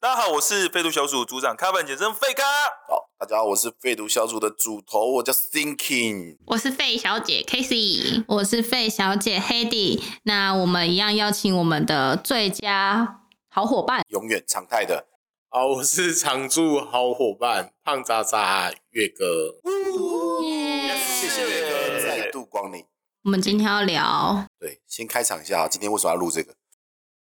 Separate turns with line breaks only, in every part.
大家好，我是废度小组组长卡本，简称废咖。
好，大家好，我是废毒小组的主头，我叫 Thinking。
我是费小姐 Casey，
我是费小姐 Hedy，那我们一样邀请我们
呃
的最佳好伙伴，
永远常态的。
好，我是常驻好伙伴胖渣渣月哥。
谢谢
谢
月哥再度光临。
我们今天要聊
对，先开场一下，今天为什么要录这个？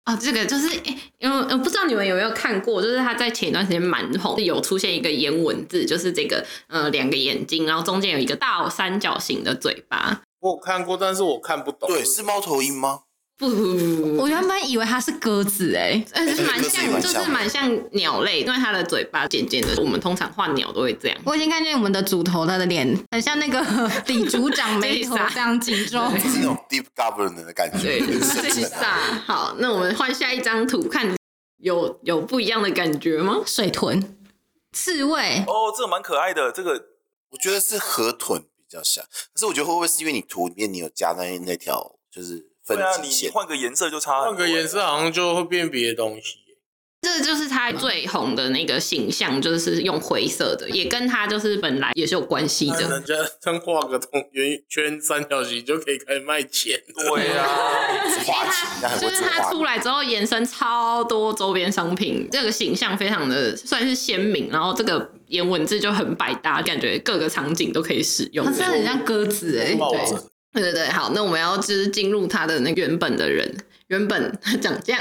哦，这个就是，诶因为我不知道你们有没有看过，就是他在前一段时间蛮红，有出现一个颜文字，就是这个呃两个眼睛，然后中间有一个大三角形的嘴巴。
我有看过，但是我看不懂。
对，是猫头鹰吗？
不不不不不，
我原本以为它是鸽子哎、
嗯
呃，就是蛮
这个
像，
字
就
也蛮像的
是蛮像鸟类，因为它的嘴巴尖尖的。我们通常画鸟都会这样。
我已经看见我们的主头他的脸，很像那个 李组长 眉头这样紧皱。
对
是那种 deep government 的感觉，
对，
很
这
深
是
沉啊。
啥？好，那我们换下一张图，看有有不一样的感觉吗？
水豚、刺猬，
哦，这个蛮可爱的，这个
我觉得是河豚比较像，可是我觉得会不会是因为你图里面你有加那那条就是分
对啊，
支
你
线
你？换个颜色就差很
换
多
个颜色好像就会变别的东西。
这就是他最红的那个形象，就是用灰色的，也跟他就是本来也是有关系
那
嗯
的。
人家真画个同圆圈三角形就可以开始卖钱了。
对啊，
画技，那很
就
会
是
做
他
画
出
技。
来之后，延伸超多周边商品，这个形象非常的算是鲜明，然后这个颜文字就很百搭，感觉各个场景都可以使用
它。真的很像鸽子哎、
抱
对
枕，
对对对，好，那我们要就是进入他的那个原本的人，原本 长这样，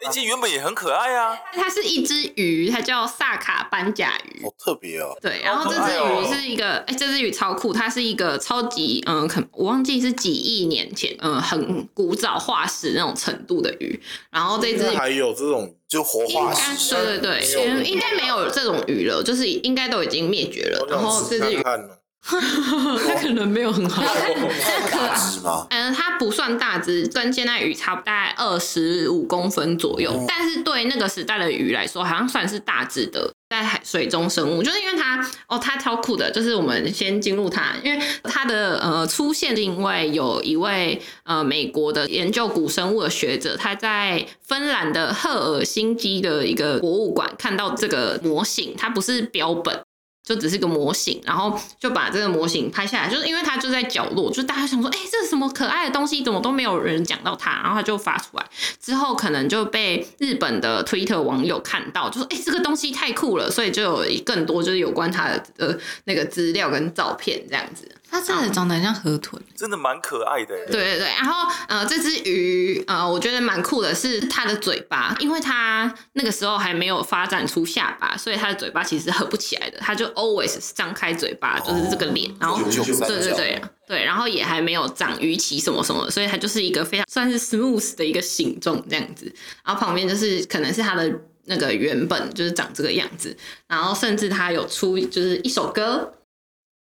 那其实原本也很可爱啊。
它是一只鱼，它叫萨卡斑甲鱼。
好特别哦，
对，然后这
好可爱哦
只鱼是一个，哎、这只鱼超酷，它是一个超级，嗯、可我忘记是几亿年前，嗯、很古早化石那种程度的鱼。然后这只
那
鱼
还有这种
就活
应
化
该，
石。
对对对，
没有
嗯应该没有这种鱼了，就是应该都已经灭绝了
我。
然后
想
这
试
只
看
鱼，
看 哦。
它可能没有很好。
大只吗？
嗯，它不算大只，跟现在鱼差不多大概二十五公分左右，但是对那个时代的鱼来说，好像算是大只的。在海水中生物，就是因为它哦，它超酷的。就是我们先进入它，因为它的呃出现是因为有一位呃美国的研究古生物的学者，他在芬兰的赫尔辛基的一个博物馆看到这个模型，它不是标本，就只是个模型，然后就把这个模型拍下来，就是因为它就在角落，就大家想说，哎、这是什么可爱的东西，怎么都没有人讲到它，然后它就发出来，之后可能就被日本的 Twitter 网友看到，就说，哎、这个东西太酷了，所以就有更多就是有关它的呃那个资料跟照片这样子。
它真的长得很像河豚。
真的蛮可爱的欸。
对对对，然后呃，这只鱼呃，我觉得蛮酷的是它的嘴巴，因为它那个时候还没有发展出下巴，所以它的嘴巴其实合不起来的，它就 always 是张开嘴巴，就是这个脸，然后
九九三
对对
角
对对，然后也还没有长鱼鳍什么什么的，所以它就是一个非常算是 smooth 的一个形状这样子。然后旁边就是可能是它的那个原本就是长这个样子，然后甚至它有出就是一首歌，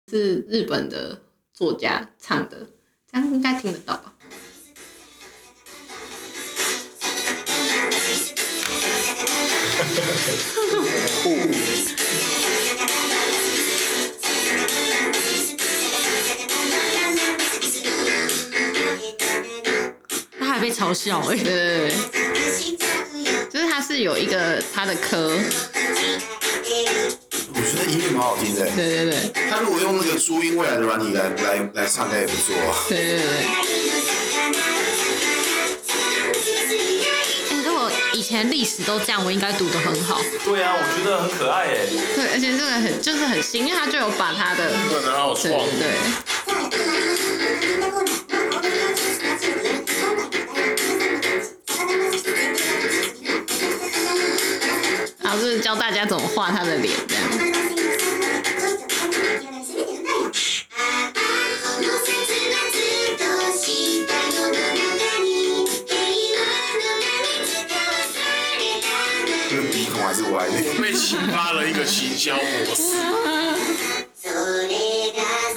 是日本的作家唱的，这样应该听得到吧？
它还被嘲笑哎、
对对对，就是它是有一个它的壳，
我觉得音乐蛮好听的。
对对对
他如果用那个朱茵未来的软体来来来唱，歌也不错啊。
对对对。
哎如果以前历史都这样，我应该读得很好。
对啊，我觉得很可爱哎。
对，而且这个很就是很新，因为他就有把他的
可能好
对
爽。
对对，然后就是教大家怎么画他的脸这样。
这个鼻孔还是歪的。
被启发了一个行销模式，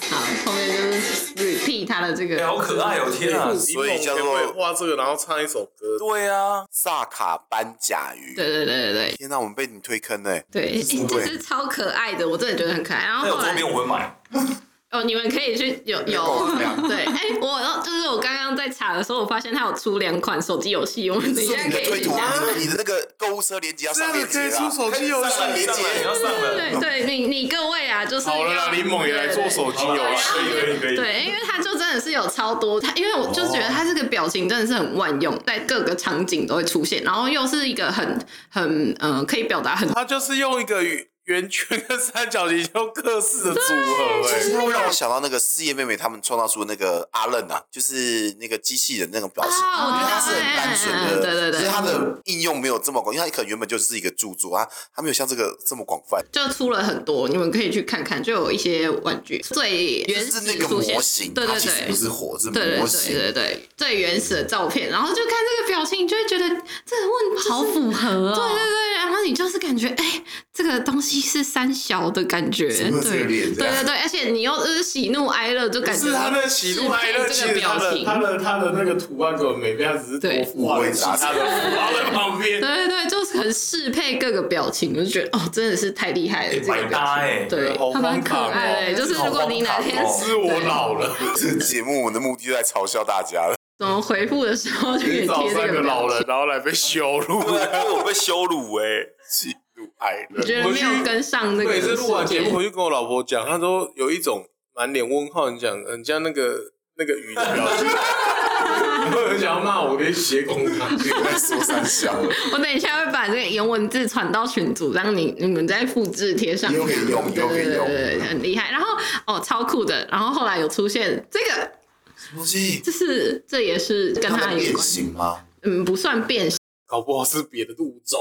好，后面就是 repeat 他的这个，
哎好可爱哦天
嗯
啊
所以叫做
你懂画这个，然后唱一首歌，
对啊，
萨卡班甲鱼。
对对对对对
天哪、我们被你推坑嘞！欸
对，哎
么
这
会
哎
只超可爱的，我真的觉得很可爱。然
那
后
有
后
周
来
边我会买。
哦，你们可以去有有
够量
对，哎、我就是我刚刚在查的时候，我发现它有出两款手机游戏，我们等一
是
下
你
可
的
以
啊
去
推图
下。，
你的那个购物车链接要
这
上
样
链
子
接啊
可以
啦
出。手机游
看上
戏
连
上
接
了你要上了，
对对，你你各位啊，就是
好了
要
啦，林猛也来做手机哦游戏
可以可
了。
以可以，
对，因为它就真的是有超多，它因为我就觉得
哦
它这个表情真的是很万用，在各个场景都会出现，然后又是一个很很呃可以表达很
他就是用一个圆圈跟三角形，用各式的组合、
其实
欸。
它会让我想到那个四叶妹妹他们创造出那个阿愣啊，就是那个机器人那种表情。
啊，我
因
觉得
为它是很单纯的，
对对
只
对，
是它的应用没有这么广，因为它可能原本就是一个著作啊，它没有像这个这么广泛。
就出了很多，你们可以去看看，就有一些玩具最
就
原
是
始
那个
出现
模型，
对对
它其实
对
不。是火，是
对对
模
对
型。
对对，最原始的照片，然后就看这个表情，你就会觉得这个问就是
好符合哦。
对对对，然后你就是感觉，哎、这个东西是三小的感觉，
什么
对
这个
对
脸这
对
样
对，而且你又就是喜怒哀乐，就感觉哎
是他的喜怒哀乐，其
这个
实他
表
的
情，
他的他的那个图案根本没变，他只是多符号其他的符号在旁边
对。对对，就是很适配各个表情，我就觉得哦，真的是太厉害了，这个
百搭哎，
对
好，
它蛮
荒
可
唐哦
爱的，就是如果你哪天
好荒唐哦
是我老了，
这个 节目我们的目的就在嘲笑大 家了。
怎么回复的时候就可以
找
贴这
三个
个
老
表情。
人，然后来被羞辱。
对啊，因为我被羞辱哎，
喜怒哀
我
乐，
觉得没有跟上那个
每
世界，
次录完节目，我就跟我老婆讲，她都有一种满脸问号，你讲人家那个那个鱼的表情，我 有想要骂我跟斜工厂，
在说三笑，
我等一下会把这个原文字传到群组，让你你们再复制贴上去。
又可以用
对
又可
对
以
对
用
对，对很厉害。然后哦，超酷的。然后后来有出现这个，
东西
这是这也是跟
它
他
的
有
变
关，
形吗？
嗯，不算变形，
搞不好是别的物种，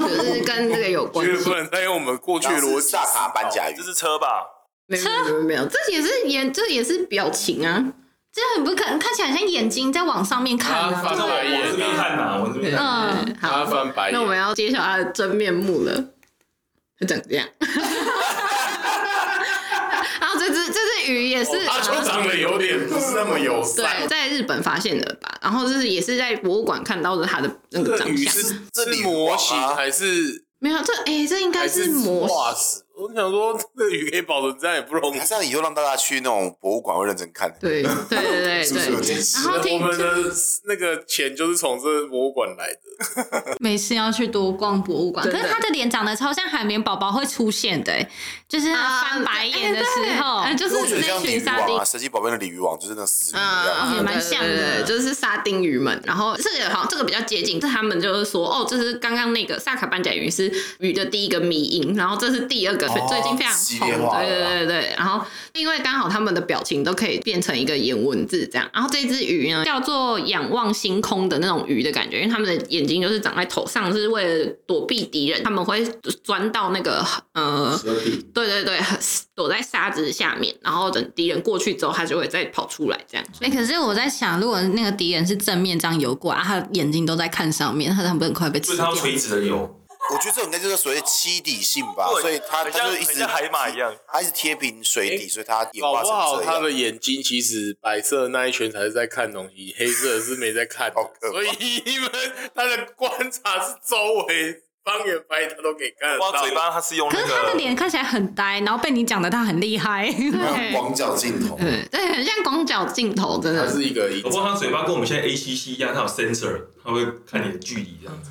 就是跟这个有关
绝对
系
不。能再用我们过去的逻
罗
辑。
萨卡班甲鱼
这，是车吧？
没有没有没有，这也是眼，这也是表情啊。
这很不可能，看起来像眼睛在往上面看
他翻
啊。
白
我这边
眼，
看呐，我这边看。
嗯，
他
好，
翻白
啊那我们
眼，
要揭晓他的真面目了。他长这样。然后这只这只鱼也是，
他就长得有点不是那么友善
对，。在日本发现的吧，然后就是也是在博物馆看到的它的那个长
鱼
相，
是
这
是
里
模型
啊
还是
没有这哎、这应该
还
是模
化石？我想说，这鱼可以保存这样也不容易
它。这样以后让大家去那种博物馆会认真看。
对对对
是不是有
对对，
点奇
然后
啊我
听
们的那个钱就是从这博物馆来的。
每次要去多逛博物馆，
真
可
的
是他的脸长得超像海绵宝宝会出现的、欸，就是他翻白眼的时候，
哎对哎就
我
是
觉得像
那
鲤
群
鱼
沙
王
丁
啊，。神奇宝贝的鲤鱼王就是那死鱼 一
嗯，
样。
也蛮像的
对对对就是沙丁鱼们。然后这个好像这个比较接近，这他们就是说，哦，这是刚刚那个萨卡班甲鱼是鱼的第一个迷因，然后这是第二个、
哦
最近非常
系
红
列化
的，
了
对对对对。然后因为刚好他们的表情都可以变成一个颜文字这样，然后这只鱼呢叫做仰望星空的那种鱼的感觉，因为他们的眼睛就是长在头上，是为了躲避敌人，他们会钻到那个呃对对对，很躲在沙子下面，然后等敌人过去之后，它就会再跑出来这样。
哎、可是我在想，如果那个敌人是正面这样游过来，啊他眼睛都在看上面，他很不很快被
就
吃
是
掉
它。垂直的游，
我觉得这种应该就是所谓的栖底性吧，
对
所以它
很
它
像
就一
很
直
像海马一样，
它一直贴平水底，所以它演
哎搞
化
不
成
好
这
他
样。
的眼睛其实白色的那一圈才是在看东西，黑色的是没在看的
好可怕
所以你们他的观察是周围方圆百里他都可以看得
哇，
到。
嘴巴它是用
可
那
是他的
个，
脸看起来很呆，然后被你讲的他很厉 害。
那种广角镜头，
对，对，很像广角镜头，真
它
的。
是一个，
我它嘴巴跟我们现在 ACC 一样，它有 sensor，它会看你的距离这样子。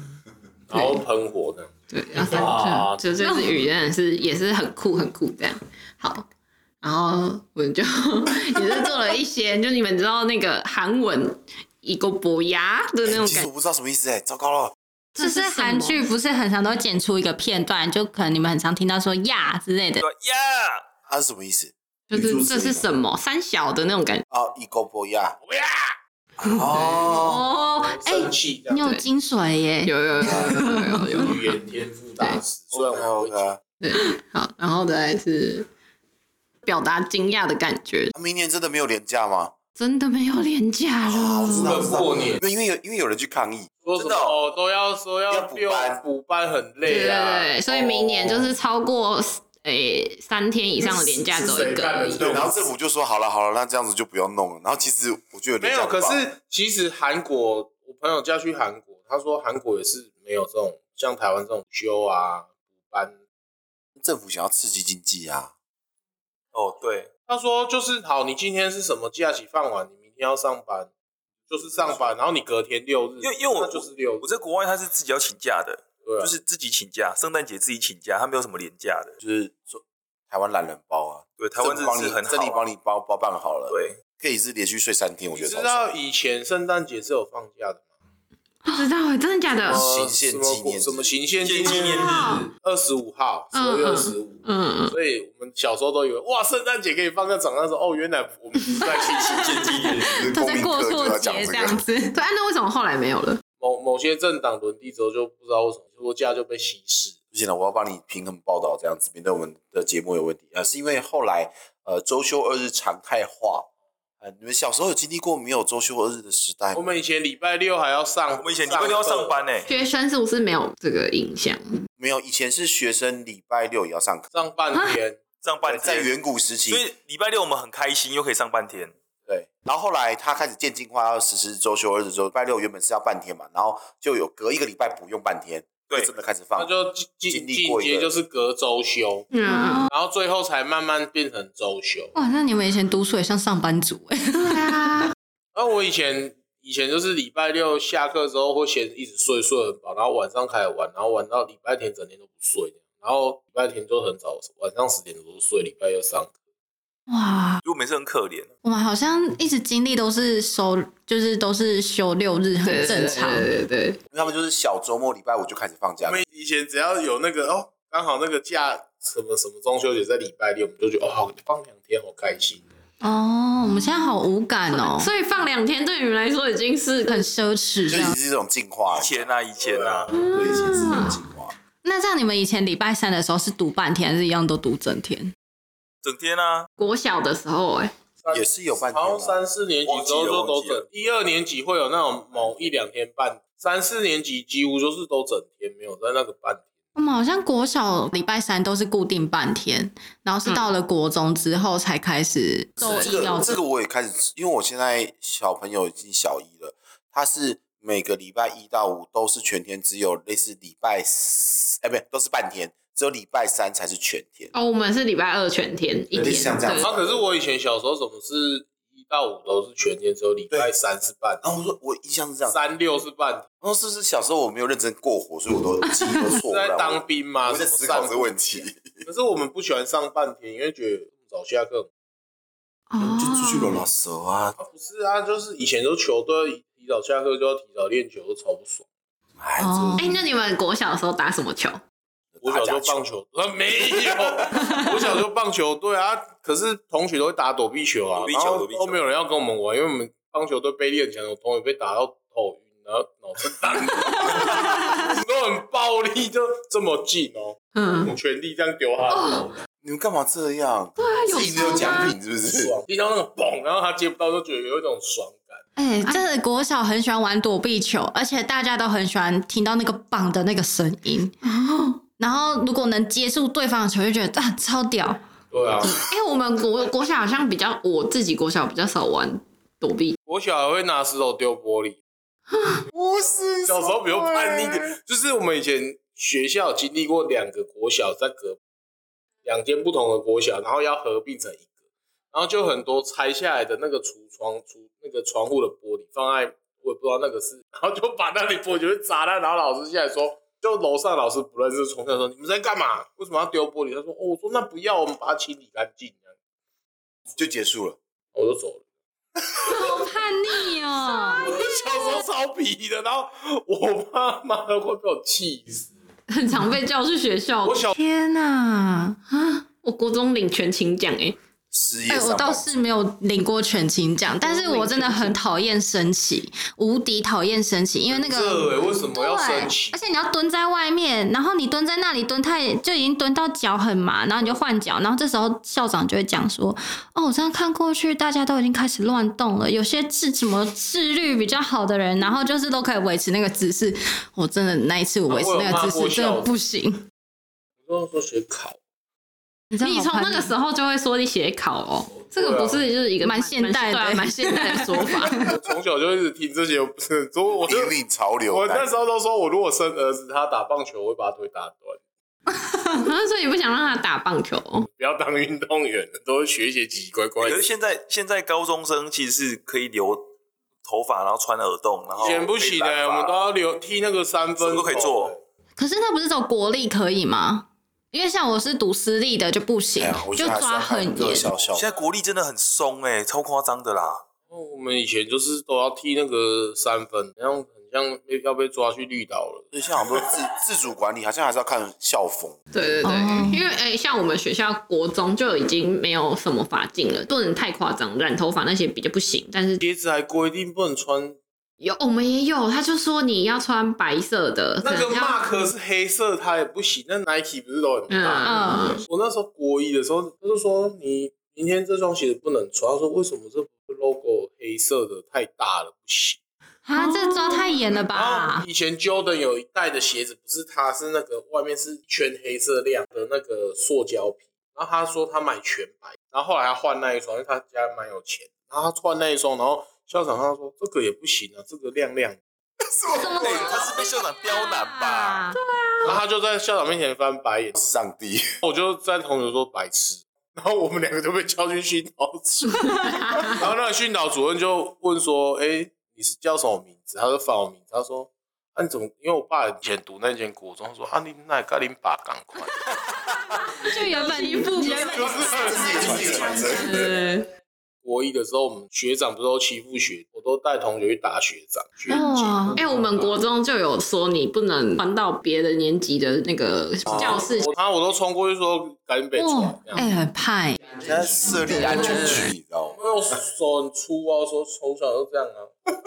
然后喷火的，
啊对，然后
哇
就就这只鱼真的是也是很酷很酷这样。好，然后我就 也是做了一些，就你们知道那个韩文一个伯牙的那种
其
感
实
觉。
我不知道什么意思哎，糟糕了，
就是韩剧不是很常都剪出一个片段，就可能你们很常听到说呀之类的
对。呀，
它是什么意思？
就是这是什么三小的那种感觉，
啊，伊戈波亚
不要
哦，
哦，哎、
生气这
你有
样。
精髓耶！
有有有 有有有有。
语言天赋大师，虽然
OK
我不
OK，
会
对，好，然后再来是表达惊讶的感觉，
那明年真的没有廉价吗？
真的没有廉价
啊，我知
了。
道，我知道
过年
因为因为有因为有人去抗议，
说什
真
么
的哦
哦都要说
要
要
补
六
班
补班很
对
累
对
啊，
对，所以明年就是超过诶、三天
哦
以上的廉价只有一
是谁
个
干
而
的
已。
对，然后政府就说好了好了，那这样子就不要弄了。然后其实我觉得廉
没
价
有，
不
可
好
是其实韩国，我朋友家去韩国，他说韩国也是没有这种像台湾这种休啊、补班，
政府想要刺激经济啊，
哦，对，
他说就是好，你今天是什么假期放完，你明天要上班，就是上班，然后你隔天六日，
因为因为我
那就是六日
我，在国外他是自己要请假的，
对啊，
就是自己请假，圣诞节自己请假，他没有什么年假的。
就是说台湾懒人包啊，
对，台湾
政
日
府帮
子
你
很
这里
好啊、
帮你包包办好了，，
对，
可以是连续睡三天，我
你
觉得
知
超爽。
道以前圣诞节是有放假的吗？
不知道哎、真的假的？
哦
行宪
呃什
纪念
么
日
什么行宪
纪
纪
念
念
日，
二十五号，十
嗯
二月二十五。
嗯，
所以我们小时候都以为哇，圣诞节可以放个长大，说哦，原来我们是在庆幸
建纪 念日，
他在过
公民
错
课就
节
要讲这
这
个
样子。 对，啊，那为什么后来没有了？
某某些政党轮替之后，就不知道为什么国家就被稀释。
不行了，我要帮你平衡报道，这样子，免得我们的节目有问题。呃，是因为后来呃周休二日常态化，呃，你们小时候有经历过没有周休二日的时代
我
吗？
们以前礼拜六还要上，
我们以前礼拜天要上班呢、欸
学生是不是没有这个印象？
没有，以前是学生礼拜六也要上课，
上半天，
上半天
在远古时期
所，以礼拜六我们很开心，又可以上半天。
对。然后后来他开始渐进化，要实施周休二日之后，礼拜六原本是要半天嘛，然后就有隔一个礼拜不用半天，
对
就真的开始
那
放。
就进进
啊经历过
进
一个
阶就是隔周休，
嗯，
然后最后才慢慢变成周休。
哇，那你们以前读书也像上班族哎、
对啊，
然后我以前以前就是礼拜六下课之后会先一直睡睡很饱，然后晚上开始玩，然后玩到礼拜天整天都不睡，然后礼拜天就很早，晚上十点多睡，礼拜六上课。
哇，
就我们也是很可怜，
我们好像一直经历都是收，就是都是休六日，很
对
正常。
对对对对，
因为他们就是小周末礼拜五就开始放假
我，们以前只要有那个哦，刚好那个假什么什么中秋节在礼拜六，我们就觉得哦，好放两天好开心。
哦，我们现在好无感 哦，
所以放两天对你们来说已经是
很奢侈
就
这
是
样。
这种进化
以。前啊，以前啊，
对，以前是这种进化。
那这样你们以前礼拜三的时候是读半天，还是一样都读整天？
整天啊，
国小的时候哎、
也是有半天
好
啊
像三四年级之后就都
忘记了忘记
整
了，
一二年级会有那种某一两天半，三四年级几乎就是都整天没有在那个半天。
我们好像国小礼拜三都是固定半天，然
嗯
后是到了国中之后才开始周
这
一要
个这
整
个我也开始，因为我现在小朋友已经小一了，他是每个礼拜一到五都是全天，只有类似礼拜四，哎，不对，都是半天，只有礼拜三才是全天。
哦，我们是礼拜二全天一
有
天，
点像这样子
啊，可是我以前小时候怎么是一到五都是全天，只有礼拜三是半
然后我说我印哦象是这样，然
三六是半天。
后是不是小时候我没有认真过火，所以我都记忆都错
是
误
在
了？
当兵吗？
我在
什么
思考
上
这个问题，
可是我们不喜欢上半天，因为觉得早下课很
哦
就出去搂搂手啊，
啊，不是啊，就是以前都球队提早下课就要提早练球，都超不爽。
哎，
哦
哎、那你们国小的时候打什么球？
我小时候棒球，呃，没有，我小时候棒球队啊，可是同学都会打躲避球啊，
躲避球
然后
躲避球
都没有人要跟我们玩，因为我们棒球队背力很强，我同学被打到头晕，然后脑震荡，我们都很暴力，就这么近哦，
嗯，
我全力这样丢他的头，
你们干嘛这样？对啊，
有
自己没有
差
奖
吗
品是不是？
爽，啊听到那个嘣，然后他接不到，就觉得有一种爽感。
哎、真的国小很喜欢玩躲避球，而且大家都很喜欢听到那个棒的那个声音。然后如果能接住对方的球，就觉得啊超屌。
对啊，
哎、我们国国小好像比较，我自己国小比较少玩躲避。
我小孩会拿石头丢玻璃，
不是，
小时候比较叛逆的，就是我们以前学校经历过两个国小在隔两间不同的国小，然后要合并成一个，然后就很多拆下来的那个橱窗橱那个窗户的玻璃放在我也不知道那个是，然后就把那里玻璃就砸烂，然后老师下来说。就楼上老师不认识，从小说你们在干嘛？为什么要丢玻璃？他说：“哦，我说那不要，我们把它清理干净。”这样，
就结束了。
我就走了。
好叛逆哦！
我小时候超皮的，然后我爸妈都会被我气死。
很常被叫去学校。
我小
天哪！
我国中领全勤奖哎、
失业
哎、
上
我
班
倒是没有领过全勤奖，但是我真的很讨厌升旗，无敌讨厌升旗，因为那
热
个。
欸，为什么
对
要升旗
而？且你要蹲在外面，然后你蹲在那里蹲太就已经蹲到脚很麻，然后你就换脚，然后这时候校长就会讲说：“哦，我这样看过去，大家都已经开始乱动了，有些自什么自律比较好的人，然后就是都可以维持那个姿势。”我真的那一次我维持那个姿
啊我有骂过
势真的
校长
不行，
我说学考，
你知道
你
好
从
叛
那
逆
个 时候就会说你写考哦，
啊
这个不是就是一个
蛮现代的欸
对啊蛮现代的说法。
我 从小就一直听这些，我不是，所以我就
引领潮流。
我那时候都说，我如果生儿子，他打棒球，我会把他腿打断。
所以你不想让他打棒球？
哦
不要当运动员，都会学一些奇奇怪怪
可是。
的
现在现在高中生其实是可以留头发，然后穿耳洞，然后
以前不行
可以
的，
染
我
发
们都要留剃那个三分
什
哦
么都可以
头
做。
可是那不是走国立可以吗？因为像我是读私立的就不行，
哎呀，我觉
就
得还是要
抓
看
很
各
严。
校校
现在国力真的很松哎、超夸张的啦。
哦我们以前就是都要剃那个三分，然后很像被要被抓去绿岛了。
就像很多自 自主管理，好像还是要看校风。
对对对，
哦
因为哎、像我们学校国中就已经没有什么法禁了，不能太夸张，染头发那些比较不行。但是
鞋子还规定不能穿，
有哦我们也有，他就说你要穿白色的，
那
可
个
能要
mark 是黑色，它也不行。那 Nike 不是都很大？
哦
嗯，
我那时候国一的时候，他就说你明天这双鞋子不能穿。他说为什么这 logo 黑色的太大了不行？
啊，这抓太严了
然
吧
哦
后？以前 Jordan 有一代的鞋子，不是它是那个外面是一圈黑色亮的那个塑胶皮，然后他说他买全白，然后后来他换那一双，因为他家蛮有钱，然后他换那一双，然后校长他说这个也不行啊，这个亮亮的，
怎么
对，他是被校长刁难吧？？
然后他就在校长面前翻白眼，
上帝，
我就在同学说白痴，然后我们两个就被叫去训导 处，然后那个训导主任就问说：“哎、你是叫什么名字？”他说：“法文名字。”他说：“啊，你怎么？因为我爸以前读那间国中，他说啊，你那赶紧爸赶快，
就原本
欺负
原本
自己传承。
对，
国一的时候，我们学长不是都欺负学，我都带同学去打学长学
哦
哇
姐。
哎、我们国中就有说你不能传到别的年级的那个教室，
我他我都冲过去说赶紧被
哇
哦
抓，这，样
哎、很怕哎、
现在设立安全区，你知道吗？
因为我手很粗啊，我手从小就这样啊，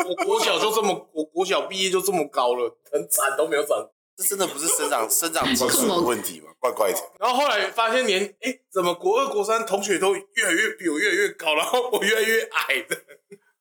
我国小就这么，我国小毕业就这么高了，很惨都没有长
这真的不是生长生长激素的问题吗？怪怪的。
然后后来发现连哎、怎么国二国三同学都越来越比我越来越高，然后我越来越矮的。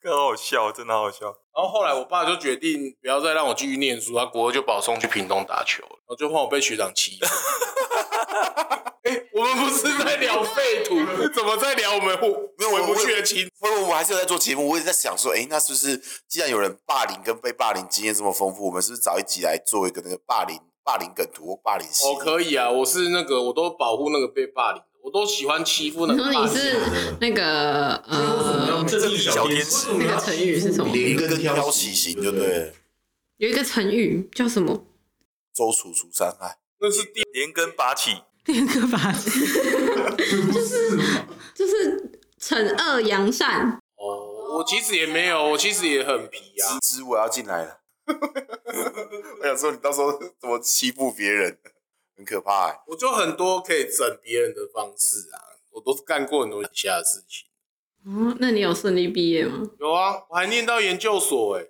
更好笑，真的好笑。
然后后来我爸就决定不要再让我继续念书，他国二就把我送去屏东打球了，然后就换我被学长欺负。 哎、我们不是在聊废土，怎么在聊我们
没有我
回不去的亲？
不过我们还是有在做节目，我也在想说，哎、那是不是既然有人霸凌跟被霸凌经验这么丰富，我们是不是找一集来做一个那个霸凌霸凌梗图或霸凌系
哦，
列？
可以啊，我是那个我都保护那个被霸凌的，我都喜欢欺负那
你
个霸
说
凌。
你是那个呃，
这是小天使
哦那个成语是什么？
连根挑起型，对不对？
有一个成语叫什么？
周楚除三害，
那是第
连根拔起，
第二个吧，
就是惩恶扬善。
哦，我其实也没有，我其实也很皮啊。
芝芝我要进来了。 我想说，你到时候怎么欺负别人，很可怕、欸。
我就很多可以整别人的方式啊，我都是干过很多以下的事情。
哦，那你有顺利毕业吗？
有啊，我还念到研究所哎、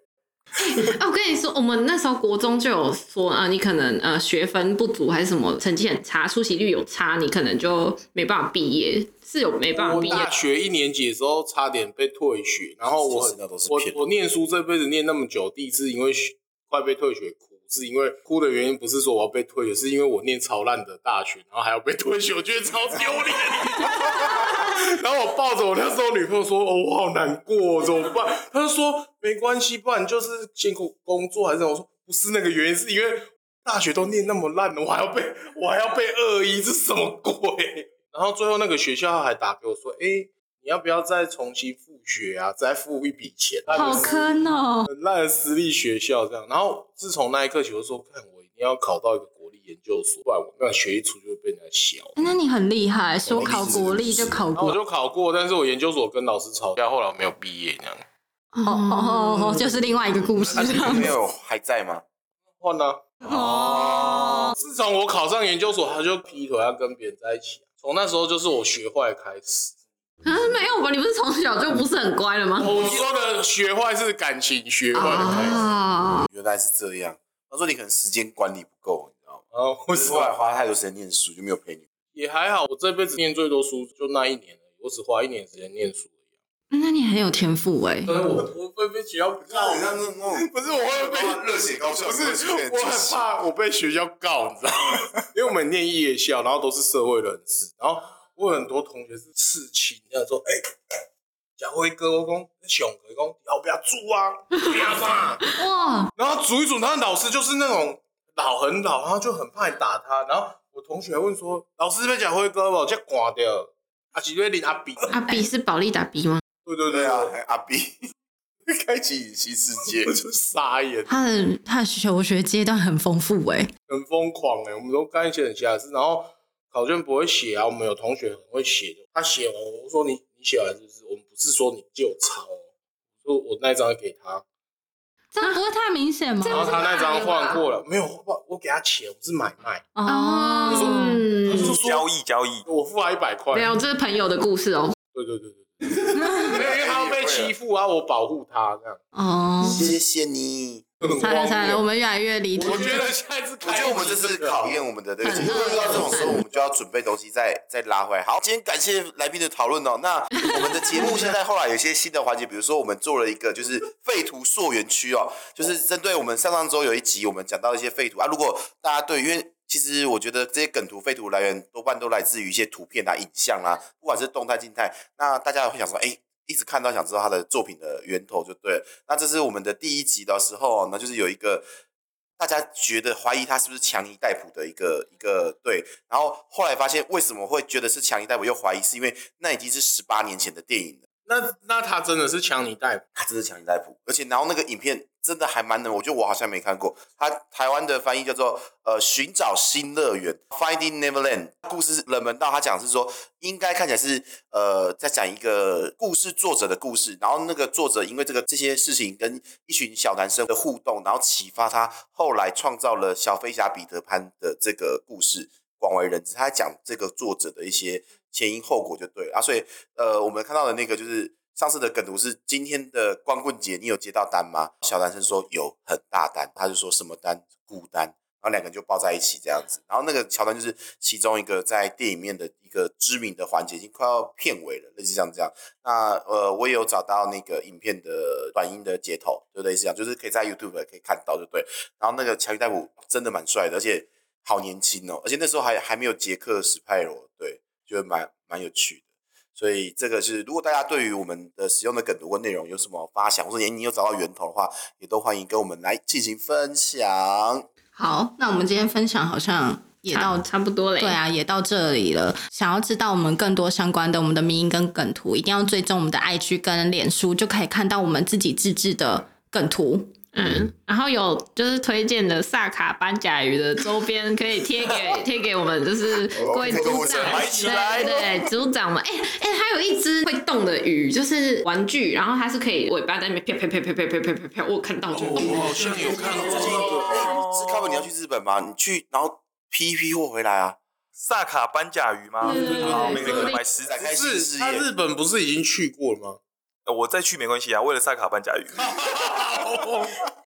啊，我跟你说，我们那时候国中就有说啊，你可能呃学分不足还是什么，成绩很差，出席率有差，你可能就没办法毕业，是有没办法
我
毕业。
大学一年级的时候差点被退学，然后我
其实那都是
我
骗人
我念书这辈子念那么久，第一次因为学快被退学哭，是因为哭的原因不是说我要被退学，是因为我念超烂的大学，然后还要被退学，我觉得超丢脸。 然后我抱着我那时候女朋友说：“哦，我好难过，哦怎么办？”她就说：“没关系，不然就是辛苦工作还是什么。”我说：“不是那个原因，是因为大学都念那么烂了，我还要被 我还要被恶意，这是什么鬼？”然后最后那个学校还打给我说：“哎、你要不要再重新复学啊？再付一笔钱？”
好坑哦、
很烂的私立学校这样。然后自从那一刻起，我就说：“看，我一定要考到一个国立研究所，不然我那学一出就会被人家笑。”
哎那你很厉害，说考国立就考
然后我
过，
就考过，但是我研究所跟老师吵架，后来我没有毕业，这样
哦哦哦，就是另外一个故事
啊、你女朋友还在吗？
换呢、
哦。
自从我考上研究所，他就劈腿要跟别人在一起、啊从那时候就是我学坏开始。
啊，没有吧？你不是从小就不是很乖了吗？
我说的学坏是感情学坏的开始。
啊，
原来是这样。他说你可能时间管理不够，你知道吗？
然后我
就是后来花太多时间念书，就没有陪你。
也还好，我这辈子念最多书就那一年而已，我只花一年时间念书而已。
那你很有天赋哎、
但是我我会被学校告，
像那种
不是我会被
热血高校
不是，我很怕我被学校告，你知道吗？因为我们念夜校，然后都是社会人士，然后我有很多同学是刺青，这样说，哎、小辉哥，我讲熊哥，讲要不要住啊？不要嘛。
哇，
然后煮一煮，他的老师就是那种老很老，然后就很怕你打他，然后我同同学还问说，老师在讲辉哥哦，这挂掉，啊，是瑞林阿比，
阿比是保利达比吗？
对对
对
对
啊，还阿 B 开启新世界
我，就傻眼，
他的他的求学阶段很丰富哎、
很疯狂哎、我们都干一些很瑕疵，然后考卷不会写啊，我们有同学很会写的，他写完我说你你写完是不是？我们不是说你借我抄哦，我说我那一张给他，
这样不会太明显吗？
然后他那张换过了，没有，我我给他钱，我是买卖，
哦，
他就说
交易交易，
我付他一百块，
嗯没有，这是朋友的故事哦。
对对对对 对，因为他要被欺负啊，我保护他这样。
哦，
谢谢你。
惨了惨了，我们越来越离题。
我觉得下一次
我
开
觉得
始个，
我们这是考验我们的对不起，
很
如果遇到这种时候，我们就要准备东西再再拉回来。好，今天感谢来宾的讨论哦。那我们的节目现在后来有一些新的环节，比如说我们做了一个就是废图溯源区哦，就是针对我们上上周有一集我们讲到一些废图啊，如果大家对因为。其实我觉得这些梗图、废图来源多半都来自于一些图片啊、影像啊，不管是动态、静态。那大家也会想说，哎，一直看到想知道他的作品的源头就对了。那这是我们的第一集的时候哦，那就是有一个大家觉得怀疑他是不是强尼戴普的一个一个对，然后后来发现为什么会觉得是强尼戴普，又怀疑是因为那已经是十八年前的电影了，
那那他真的是抢你带，
他真的是强尼戴普，而且然后那个影片真的还蛮能，我觉得我好像没看过，他台湾的翻译叫做呃寻找新乐园 （Finding Neverland），故事冷门到他讲是说应该看起来是呃在讲一个故事作者的故事，然后那个作者因为这个这些事情跟一群小男生的互动，然后启发他后来创造了小飞侠彼得潘的这个故事，广为人知。他在讲这个作者的一些前因后果就对了啊，所以呃我们看到的那个就是。上次的梗图是今天的光棍节，你有接到单吗？小男生说有，很大单。他就说什么单？孤单。然后两个人就抱在一起这样子。然后那个桥段就是其中一个在电影里面的一个知名的环节，已经快要片尾了，类似像这样。那呃，我也有找到那个影片的短音的截头，就类似这样，就是可以在 YouTube 可以看到，就对。然后那个乔伊戴普真的蛮帅的，而且好年轻哦，而且那时候还还没有杰克史派罗，对，就蛮蛮有趣的。所以这个是，如果大家对于我们的使用的梗图或内容有什么发想，或者你你有找到源头的话，也都欢迎跟我们来进行分享。
哦
好，那我们今天分享好像也到
差差不多嘞。
对，啊，也到这里了。想要知道我们更多相关的我们的迷音跟梗图，一定要追踪我们的 IG 跟脸书，就可以看到我们自己自制的梗 图。
嗯，然后有就是推荐的萨卡斑甲鱼的周边，可以贴 给贴给我们，就是贵族长，
买起来
对对，族长们，哎、哎、它有一只会动的鱼，就是玩具，然后它是可以尾巴在那边啪啪啪啪啪啪啪啪啪，我看到就。
我好像有看
最近
哦
是靠本你要去日本吗？你去，然后批一批货回来 啊。
萨卡斑甲鱼吗？
对对对
好
对
每个人买十只
展。开新
是
事
他
业，
日本不是已经去过了吗？
呃我再去没关系啊，为了萨卡斑甲鱼。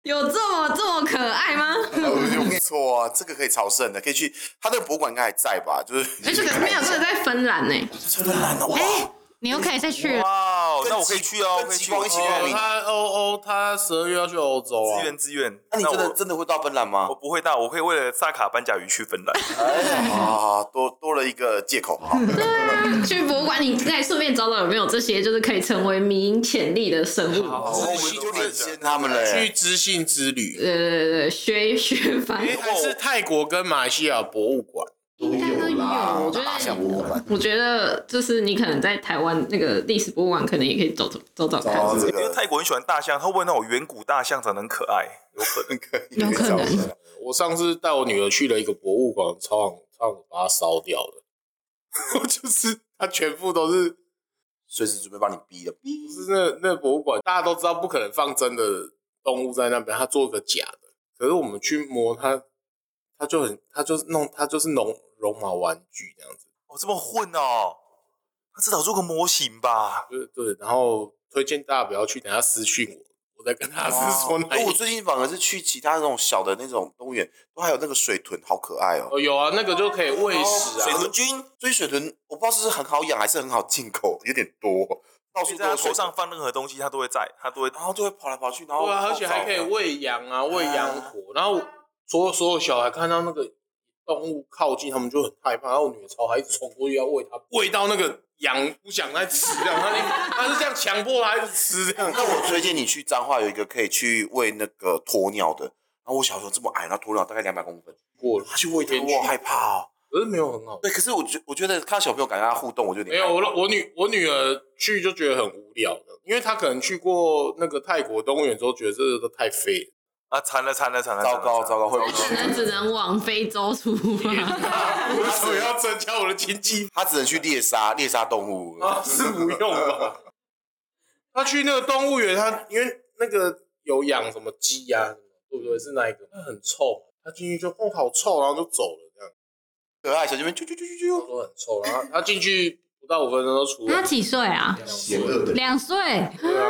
有这么这么可爱 吗？
我觉得不错啊，这个可以朝圣的，可以去。他那个博物馆应该还在吧？就是
哎、这个没有，这个在芬兰 呢、
真的烂了哇！
你又可以再去了。
哇哦，
跟
那我可以
极
去哦，
跟
我可以
极
去
光一起
哦
哦，他欧欧，他十二月要去欧洲啊
自。愿自愿。
那你
那
真的
我
真的会到芬 兰吗
我？不会到，我可以为了萨卡斑甲鱼去芬兰。
哎，啊，多多了一个借口哈。
去博物馆，你再顺便找找有没有这些就是可以成为民营潜力的生物。
我们就领先他们了
去
耶。
知性之旅，
对对对，学学翻。
哎，还是泰国跟马来西亚博物馆，
应该哎都有，我觉
大象博物
得
馆，
我觉得就是你可能在台湾那个历史博物馆，可能也可以走走走走看。
哦，这
因为
个
泰国很喜欢大象，他会不会那种远古大象长得很可爱？有可能。
有可能
我上次带我女儿去了一个博物馆，超想超想把它烧掉了。我就是它全部都是，
随时准备帮你逼的。
就是那那博物馆，大家都知道不可能放真的动物在那边，它做个假的。可是我们去摸它，它就很，它就是弄，它就是绒绒毛玩具这样子。
哦，这么混哦，他至少做个模型吧。
对对，然后推荐大家不要去，等下私讯我，我再跟 他是说哪
因为
一
哦哎我最近反而是去其他那种小的那种动物园，都还有那个水豚，好可爱哦。
哦，有啊，那个 就可以喂食
水
啊。
豚君
所以哦水豚我不知道是不是很好养，还是很好进口，有点多，到处
在
都有
他
水豚
头上，放任何东西，他都会在，他都会。
然后就会跑来跑去，然后
对啊，而且还可以喂羊啊，喂羊驼。然后所有所有小孩看到那个动物靠近，他们就很害怕。然后我女儿超孩子冲过去要喂它，喂到那个羊不想再吃这样，它它是这样强迫它一直吃这样。
那我推荐你去彰化有一个可以去喂那个鸵鸟的。然后我小时候这么矮，那鸵鸟大概两百公分，
过了，
他去喂它，
天
我好
去
害怕哦。
可是没有很好。
对，可是我觉我觉得看到小朋友敢跟他互动，我就有点
没有，
害
我老我女我女儿去就觉得很无聊的，因为她可能去过那个泰国动物园之后，觉得这个都太废了。
啊，惨了惨了惨了，
怕糟糕糟糕，
糕，
会不会
可能只能往非洲出发。
为什么要增加我的 经济
他只能去猎杀猎杀动物
啊，是不用吧？他去那个动物园，他因为那个有养什么鸡呀、什么对不对？是那一个？他很臭，他进去就哦好臭，然后就走了，这样
可爱小鸡们啾啾啾啾啾，
说很臭。然后他进去不到五分钟就出来
他
了，
几岁啊？
险恶的
两岁，
对啊。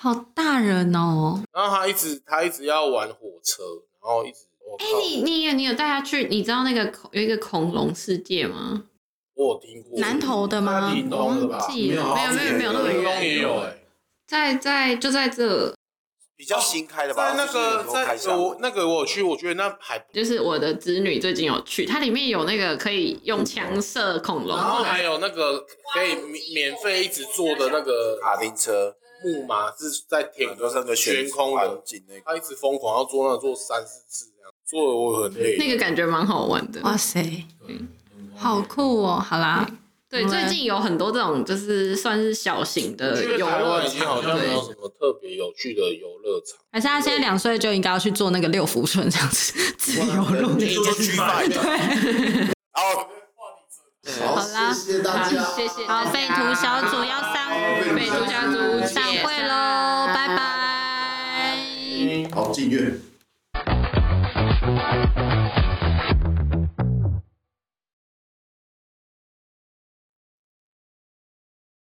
好大人哦！
然后他一直他一直要玩火车，然后一直我
哎、
靠，
你你有你有带他去？你知道那个恐有一个恐龙世界吗？
我有听过
南投的吗
他屏东的吧？
忘记了，
没
没有啊
有
没有没有那欸么
屏东
远，
也有哎、
在在就在这，
比较新开的吧？
哦在那个
就是有时候开
在
箱
我那个我有去，我觉得那还
就是我的子女最近有去，它里面有那个可以用枪射恐龙
然后
的，
还有那个可以免免费一直坐的那个
卡丁车，
木马是在天
很多是那个
悬空
环
的，
境那个，
他一直疯狂要坐那坐三四次这样，坐的我很累。
那个感觉蛮好玩的。
哇塞，好酷哦！好啦，
对，最近有很多这种就是算是小型的
因为
游
台
乐
湾已经好
场，
像没有
对，
什么特别有趣的游乐场，
还是他现在两岁就应该要去做那个六福村这样子自由路那
就
种。
是 G Five，
然后
好啦，谢谢大家，
谢谢
好，
大家，
废图小组要上
北图小组
散会喽，拜拜。
好，进院。